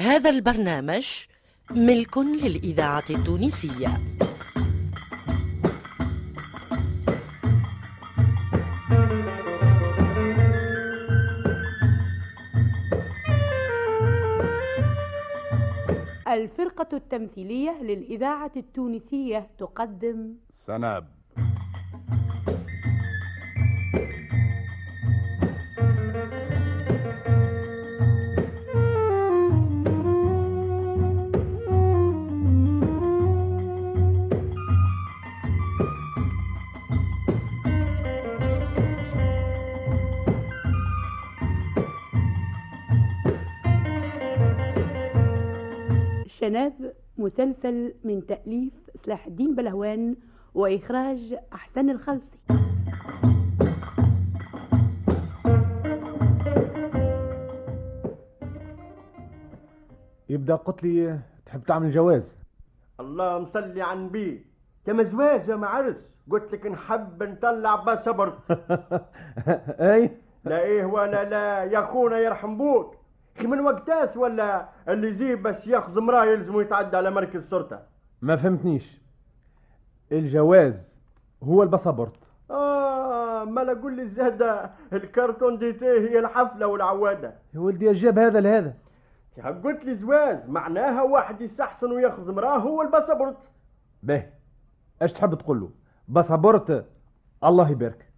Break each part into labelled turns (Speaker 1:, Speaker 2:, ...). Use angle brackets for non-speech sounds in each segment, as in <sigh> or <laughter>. Speaker 1: هذا البرنامج ملك للإذاعة التونسية
Speaker 2: الفرقة التمثيلية للإذاعة التونسية تقدم
Speaker 3: سناب
Speaker 2: شناب مسلسل من تأليف سلاح الدين بلهوان وإخراج أحسن الخلصي
Speaker 3: يبدا قلت لي تحب تعمل جواز <laughs>
Speaker 4: الله مصلي على النبي كما زواج ما عرس قلت لك نحب نطلع بصبر
Speaker 3: اي
Speaker 4: لا ايه ولا لا يا خونا يرحم بوك كي من وقتاس ولا اللي يجيب باش ياخذ مراه يلزم يتعدى على مركز الشرطه
Speaker 3: ما فهمتنيش الجواز هو الباسبورت
Speaker 4: اه ما لا قول لي الزهده الكارتون ديتي هي الحفله والعواده
Speaker 3: يا ولدي جاب هذا لهذا
Speaker 4: يا قلت لي زواج معناها واحد يستحسن وياخذ مراه هو الباسبورت
Speaker 3: باهي اش تحب تقول له باسبورت الله يبارك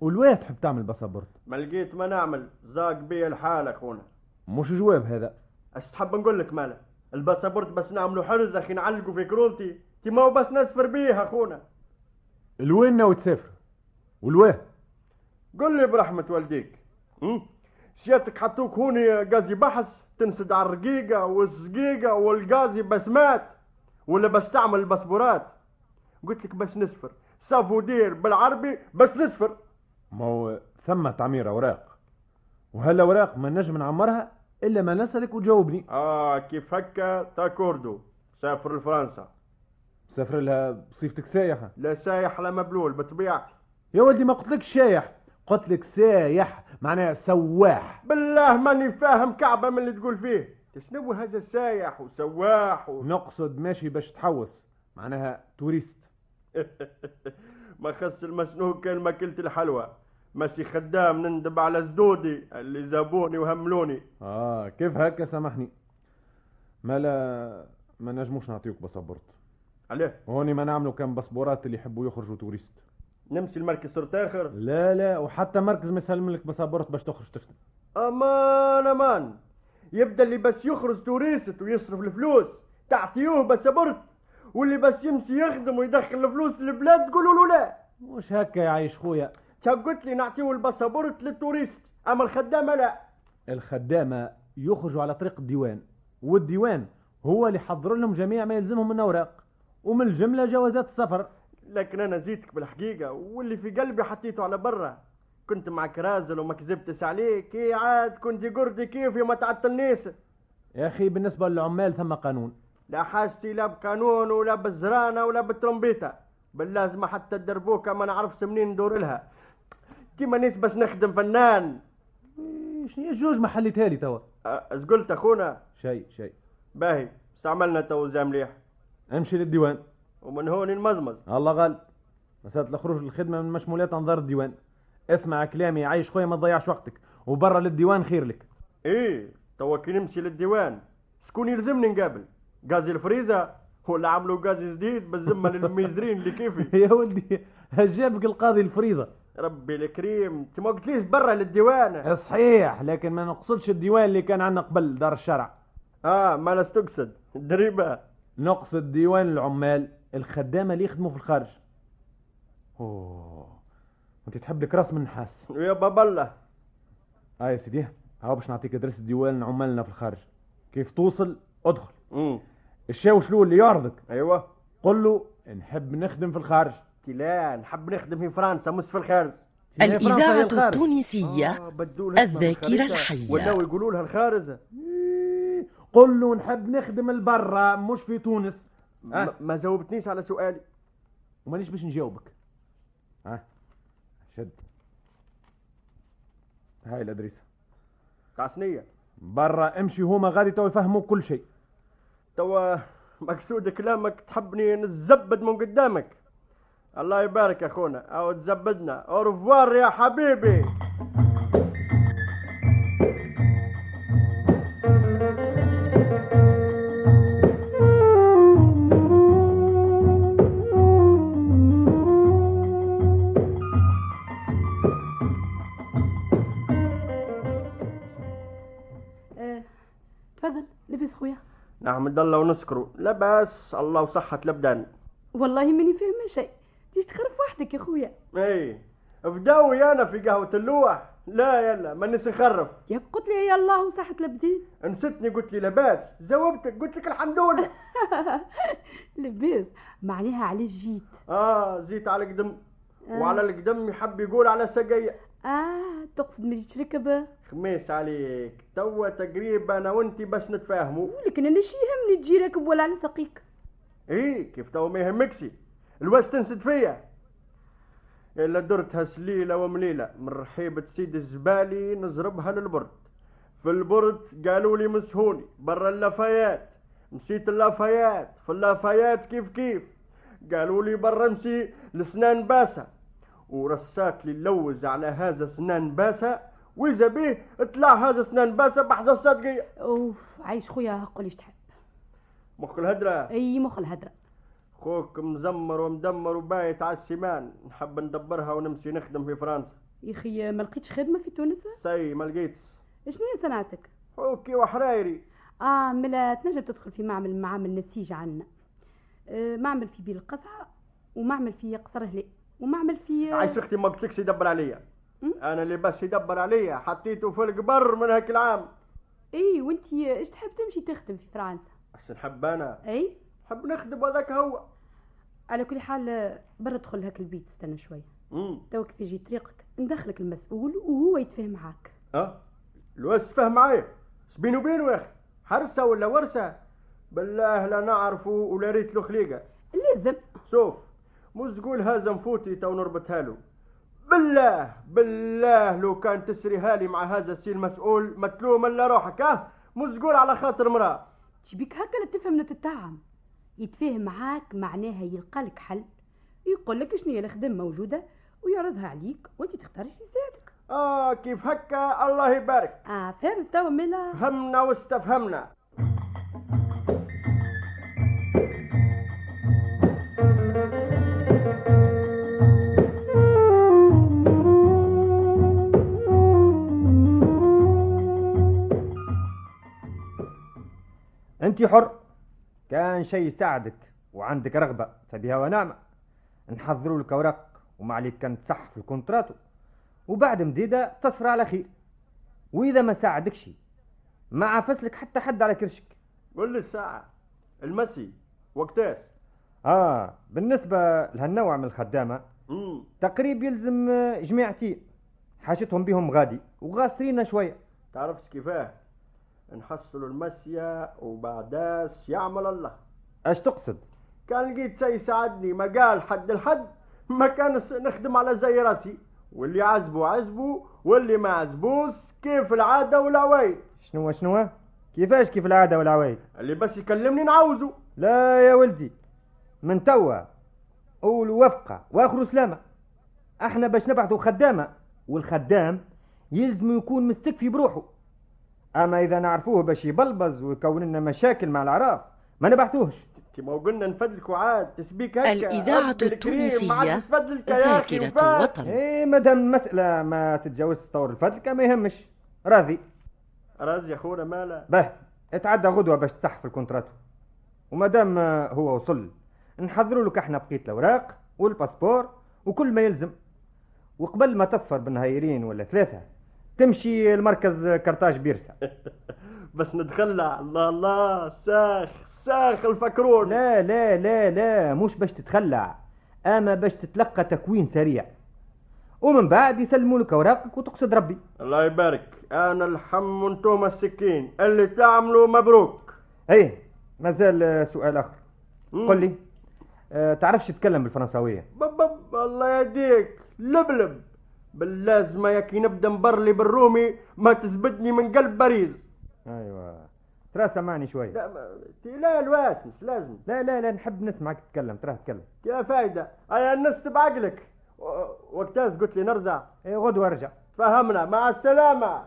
Speaker 3: والوين تحب تعمل باسبورت
Speaker 4: ما لقيت ما نعمل زاق بيا الحال اخونا
Speaker 3: مش جواب هذا
Speaker 4: اش تحب نقول لك مالا الباسبورت بس نعملو حرز اخي نعلقو في كرونتي كيما هو بس نسفر بيه اخونا
Speaker 3: الوين ناوي تسافر والوين
Speaker 4: قل لي برحمة والديك هم؟ سيادتك حطوك هوني غازي بحث تنسد على الرقيقة والزقيقة والغازي بس مات ولا بس تعمل الباسبورات قلت لك بس نسفر سافو دير بالعربي بس نسفر
Speaker 3: ما هو ثم تعمير اوراق وهالاوراق ما نجم نعمرها الا ما نسالك وتجاوبني
Speaker 4: اه كيف هكا تاكوردو سافر لفرنسا
Speaker 3: سافر لها بصفتك سايحه
Speaker 4: لا سايح لا مبلول بطبيعتي
Speaker 3: يا ولدي ما قلتلكش شايح قلتلك سايح معناها سواح
Speaker 4: بالله ماني فاهم كعبة من اللي تقول فيه شنو هذا سايح وسواح و... <laughs>
Speaker 3: نقصد ماشي باش تحوس معناها توريست
Speaker 4: ما خص المسنوق كان ما كلت الحلوى ماشي خدام نندب على زدودي اللي زابوني وهملوني
Speaker 3: اه كيف هكا سامحني ما لا ما نجموش نعطيوك باسبورت
Speaker 4: عليه
Speaker 3: هوني ما نعملوا كان باسبورات اللي يحبوا يخرجوا توريست
Speaker 4: نمشي لمركز سرط اخر
Speaker 3: لا لا وحتى مركز ما يسلم لك باسبورت باش تخرج تخدم
Speaker 4: امان امان يبدا اللي بس يخرج توريست ويصرف الفلوس تعطيوه باسبورت واللي بس يمشي يخدم ويدخل الفلوس للبلاد تقولوا له لا
Speaker 3: مش هكا يا عايش خويا
Speaker 4: تا قلت لي نعطيو الباسبورت للتوريست اما الخدامه لا
Speaker 3: الخدامه يخرجوا على طريق الديوان والديوان هو اللي حضر لهم جميع ما يلزمهم من اوراق ومن الجمله جوازات السفر
Speaker 4: لكن انا زيتك بالحقيقه واللي في قلبي حطيته على برا كنت معك رازل وما كذبتش عليك ايه عاد كنت قردي كيفي وما تعطلنيش
Speaker 3: يا اخي بالنسبه للعمال ثم قانون
Speaker 4: لا حاجتي لا بقانون ولا بالزرانه ولا بالترمبيته باللازمه حتى الدربوكه ما نعرفش منين ندور لها كيما ناس باش نخدم فنان
Speaker 3: إيه، شنو هي الجوج ما حليتها لي توا
Speaker 4: أ- اش قلت اخونا
Speaker 3: شيء شيء
Speaker 4: باهي استعملنا تو زي مليح
Speaker 3: امشي للديوان
Speaker 4: ومن هون نمزمز
Speaker 3: الله غالب مسألة الخروج للخدمة من مشمولات أنظار الديوان اسمع كلامي عايش خويا ما تضيعش وقتك وبرا للديوان خير لك <laughs>
Speaker 4: ايه توا كي نمشي للديوان شكون يلزمني نقابل غازي الفريزه ولا عملوا غازي جديد بالذمه للميزرين اللي كيفي <laughs>
Speaker 3: يا ولدي جابك القاضي الفريضة
Speaker 4: ربي الكريم انت ما قلتليش برا للديوان
Speaker 3: صحيح لكن ما نقصدش الديوان اللي كان عندنا قبل دار الشرع
Speaker 4: اه ما لاش تقصد دريبه
Speaker 3: نقصد ديوان العمال الخدامة اللي يخدموا في الخارج اوه انت تحب لك راس من نحاس
Speaker 4: يا باب الله
Speaker 3: اه يا سيدي هاو باش نعطيك ادرس ديوان عمالنا في الخارج كيف توصل ادخل
Speaker 4: امم
Speaker 3: الشاو شلو اللي يعرضك
Speaker 4: ايوه
Speaker 3: قل له نحب نخدم في الخارج
Speaker 4: لا نحب نخدم في فرنسا مش في الخارج
Speaker 3: هي فرنسا هي
Speaker 1: الإذاعة
Speaker 3: الخارج.
Speaker 1: التونسية
Speaker 4: آه، بدول اسمها من
Speaker 1: الذاكرة
Speaker 4: الخريطة.
Speaker 1: الحية.
Speaker 4: ولاو يقولوا لها الخارزه
Speaker 3: إيه، قل له نحب نخدم البرة مش في تونس
Speaker 4: ما-
Speaker 3: آه.
Speaker 4: ما جاوبتنيش على سؤالي
Speaker 3: ومانيش باش نجاوبك ها شد هاي الادريسه
Speaker 4: تاع صينيه
Speaker 5: برا امشي هما غادي تو يفهموا كل شيء
Speaker 4: توا مقصود كلامك تحبني نزبد من قدامك الله يبارك يا اخونا او تزبدنا اورفوار يا حبيبي
Speaker 2: آه، تفضل لبس خويا
Speaker 4: نحمد الله ونشكره لباس الله وصحة الابدان
Speaker 2: والله ماني فاهمه شيء تيجي تخرف وحدك يا خويا
Speaker 4: اي فداوي انا إيه. في قهوة اللوح لا يلا ما نخرف
Speaker 2: يا قلت لي يا الله وصحة لبدين
Speaker 4: نسيتني قلت لي لباس جاوبتك قلت لك الحمد لله
Speaker 2: لبس معناها علاش جيت
Speaker 4: اه زيت على القدم
Speaker 2: آه.
Speaker 4: وعلى القدم يحب يقول على سقية
Speaker 2: اه تقصد ما جيتش ركبه
Speaker 4: خميس عليك توا تقريبا انا وانت باش نتفاهموا
Speaker 2: لكن انا شي يهمني تجي راكب ولا على ساقيك
Speaker 4: ايه كيف توا ما يهمكش الوقت تنسد فيا الا درتها سليله ومليله من رحيبه سيد الزبالي نزربها للبرد في البرد قالوا لي مسهوني برا اللافايات نسيت اللافايات في اللافايات كيف كيف قالوا لي برا نسي لسنان باسه ورسات لي اللوز على هذا سنان باسه واذا بيه طلع هذا سنان باسه بحذا الصدقيه
Speaker 2: اوف عايش خويا قول ايش تحب
Speaker 4: مخ الهدره
Speaker 2: اي مخ الهدره
Speaker 4: خوك مزمر ومدمر وبايت على السمان نحب ندبرها ونمشي نخدم في فرنسا
Speaker 2: يا اخي ما لقيتش خدمه في تونس
Speaker 4: سي ما لقيتش
Speaker 2: شنو هي صنعتك
Speaker 4: اوكي وحرايري
Speaker 2: اه ملا تنجم تدخل في معمل من معامل نسيج عنا آه معمل في بيل القصعه ومعمل في قصر هلي ومعمل في آه،
Speaker 4: عايش اختي ما قلتلكش يدبر عليا
Speaker 2: م?
Speaker 4: انا اللي بس يدبر عليا حطيته في القبر من هاك العام
Speaker 2: اي وانتي ايش آه، تحب تمشي تخدم في فرنسا
Speaker 4: اش نحب انا
Speaker 2: اي
Speaker 4: نحب نخدم هذاك هو
Speaker 2: على كل حال آه، برا ادخل هاك البيت استنى شويه
Speaker 4: امم
Speaker 2: توك في يجي طريقك ندخلك المسؤول وهو يتفاهم معاك
Speaker 4: ها الوس فهم أه؟ معايا بينو بينو يا اخي حرسه ولا ورسه بالله لا نعرفه ولا ريت له خليقه
Speaker 2: لازم
Speaker 4: شوف مش تقول هذا نفوتي تو نربطها له بالله بالله لو كان تسريها لي مع هذا السي المسؤول متلوم الا روحك اه مش تقول على خاطر مرأة
Speaker 2: تبيك هكا لا تفهم لا تتعم يتفاهم معاك معناها يلقى لك حل يقول لك شنو هي الخدمه موجوده ويعرضها عليك وانت تختار شنو يساعدك
Speaker 4: اه كيف هكا الله يبارك
Speaker 2: اه فهمت توا ملا
Speaker 4: فهمنا واستفهمنا
Speaker 3: انت حر كان شيء يساعدك وعندك رغبه فبها ونعمه نحضروا لك اوراق وما عليك كان تصح في الكونتراتو وبعد مديده تصفر على خير واذا ما ساعدكش ما عافسلك حتى حد على كرشك
Speaker 4: قول لي الساعة المسي وقتاش
Speaker 3: اه بالنسبه لهالنوع من الخدامه
Speaker 4: امم
Speaker 3: تقريب يلزم آه، جماعتين حاجتهم بهم غادي وغاسرين شويه
Speaker 4: تعرفش كيفاه نحصلوا المسيا وبعداش يعمل الله
Speaker 3: اش تقصد
Speaker 4: كان لقيت شي يساعدني ما قال حد الحد ما كان س- نخدم على زي راسي واللي عزبه عزبه واللي ما عزبوش كيف العادة والعوايد
Speaker 3: شنو شنو كيفاش كيف العاده والعوايد
Speaker 4: اللي بس يكلمني نعوزه
Speaker 3: لا يا ولدي من توا أول وفقة وآخر سلامة احنا باش نبعثوا خدامة والخدام يلزم يكون مستكفي بروحه أما إذا نعرفوه باش يبلبز ويكون لنا مشاكل مع العراف ما نبعثوهش
Speaker 4: انت ما قلنا نفدلك وعاد تسبيك هكا
Speaker 1: الإذاعة
Speaker 4: ربي الكريم، ما عاد
Speaker 1: التونسية
Speaker 4: تفدلك يا أخي
Speaker 1: ذاكرة
Speaker 4: وفات.
Speaker 1: وطن
Speaker 3: إيه مادام المسألة ما تتجاوز طور الفدلكة ما يهمش راضي
Speaker 4: راز يا خونا مالا
Speaker 3: باه اتعدى غدوة باش تصح في الكونتراتو ومادام آه، هو وصل نحضروا لك احنا بقية الأوراق والباسبور وكل ما يلزم وقبل ما تصفر بالنهايرين ولا ثلاثة تمشي المركز كرتاج بيرسا
Speaker 4: بس ندخلها الله الله ساخ ساخ الفكرون
Speaker 3: لا لا لا لا مش باش تتخلع اما باش تتلقى تكوين سريع ومن بعد يسلموا لك اوراقك وتقصد ربي
Speaker 4: الله يبارك انا الحم وانتم السكين اللي تعملوا مبروك
Speaker 3: ايه مازال آه، سؤال اخر
Speaker 4: مم.
Speaker 3: قل لي آه، تعرفش تتكلم بالفرنساويه
Speaker 4: بب بب الله يهديك لبلب باللازمة يا كي نبدا نبرلي بالرومي ما تزبدني من قلب باريس
Speaker 3: أيوة،
Speaker 6: ايوه ترى سمعني شويه
Speaker 4: لا ما- لا الواسمس لازم
Speaker 6: لا لا لا نحب نسمعك تتكلم تراه تتكلم
Speaker 4: يا فايدة أنا الناس بعقلك وقتاز قلت لي نرجع
Speaker 6: ايه غدوه ارجع
Speaker 4: تفهمنا مع السلامة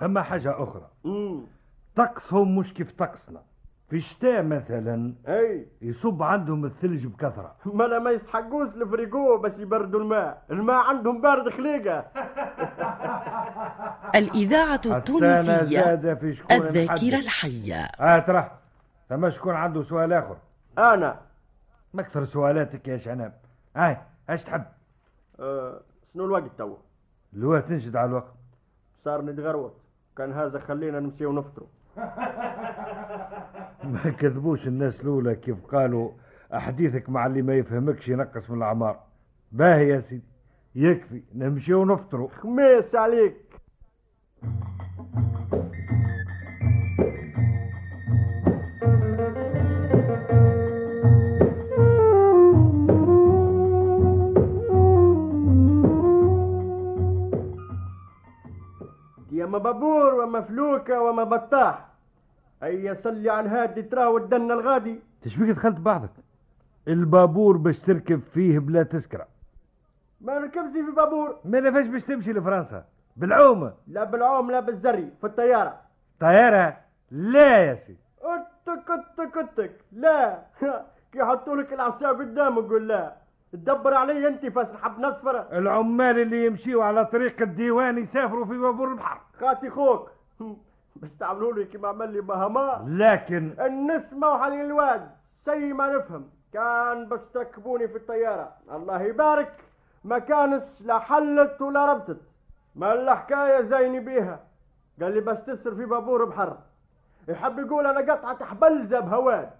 Speaker 3: ثم حاجة أخرى
Speaker 4: امم
Speaker 3: طقسهم مش كيف طقسنا في الشتاء مثلا
Speaker 4: اي
Speaker 3: يصب عندهم الثلج بكثرة
Speaker 4: ما ما يستحقوش الفريقو بس يبردوا الماء الماء عندهم بارد خليقة
Speaker 1: الإذاعة
Speaker 3: السنة
Speaker 1: التونسية
Speaker 3: زاد في شكون
Speaker 1: الذاكرة
Speaker 3: محدد.
Speaker 1: الحية
Speaker 3: اه ترى ثم شكون عنده سؤال آخر
Speaker 4: أنا
Speaker 3: ما أكثر سؤالاتك يا شناب هاي اش تحب
Speaker 4: أه شنو الوقت توا
Speaker 3: لو تنجد على الوقت <laughs>
Speaker 4: صار نتغروت كان هذا خلينا نمشي ونفطروا
Speaker 3: ما كذبوش الناس الأولى كيف قالوا أحاديثك مع اللي ما يفهمكش ينقص من الأعمار باهي يا سيدي يكفي نمشي ونفطروا
Speaker 4: خميس عليك يا ما بابور وما فلوكة وما بطاح هيا صلي على الهادي تراه ودنا الغادي
Speaker 3: تشبيك دخلت بعضك البابور باش تركب فيه بلا تسكره
Speaker 4: ما ركبش في بابور
Speaker 3: ما لفاش باش تمشي لفرنسا بالعومه
Speaker 4: لا بالعوم لا بالزري في الطيارة
Speaker 3: طياره لا يا سيدي
Speaker 4: اتك اتك اتك لا <laughs> كي يحطوا لك العصا قدامك قول لا تدبر علي انت فاش نحب نصفر
Speaker 3: العمال اللي يمشيوا على طريق الديوان يسافروا في بابور البحر
Speaker 4: خاتي خوك <laughs> بس تعملوا لي كيما عمل لي بهما
Speaker 3: لكن
Speaker 4: النسمة وحلي الواد شي ما نفهم كان بس تركبوني في الطيارة الله يبارك ما كانش لا حلت ولا ربطت ما الحكاية زيني بيها قال لي بس تسر في بابور بحر يحب يقول انا قطعة حبلزة بهواد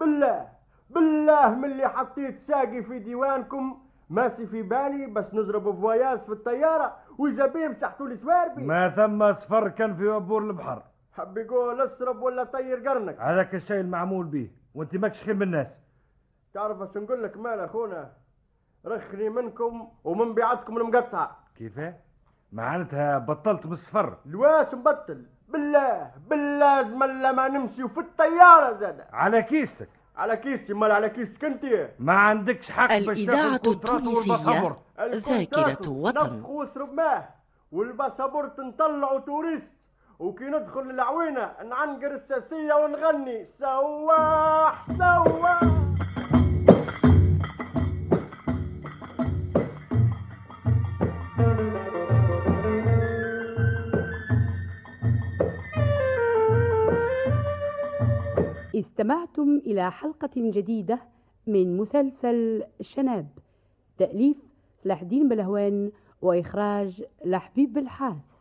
Speaker 4: بالله بالله من اللي حطيت ساقي في ديوانكم ماشي في بالي بس نضرب بفواياز في الطيارة وإذا بيه مسحتوا لي سواربي
Speaker 3: ما ثم اصفر كان في بابور البحر
Speaker 4: حب يقول اشرب ولا طير قرنك
Speaker 3: هذاك الشيء المعمول به وانت ماكش خير من الناس
Speaker 4: تعرف بس نقول لك مال اخونا رخني منكم ومن بعدكم المقطع
Speaker 3: كيفاه معناتها بطلت من الصفر
Speaker 4: الواس مبطل بالله بالله زمن لما نمشي وفي الطياره زاد
Speaker 3: على كيستك
Speaker 4: على كيسي مال على كيسك انت
Speaker 3: ما عندكش حق باش تاخذ
Speaker 1: الإذاعة
Speaker 3: كونترات
Speaker 1: التونسية
Speaker 3: والباسبور.
Speaker 1: ذاكرة وطن
Speaker 4: نفخ واشرب ماه والباسبورت نطلعوا توريست وكي ندخل العوينه نعنقر الساسيه ونغني سواح سواح
Speaker 2: استمعتم إلى حلقة جديدة من مسلسل شناب تأليف سلاح الدين بلهوان وإخراج لحبيب بالحارث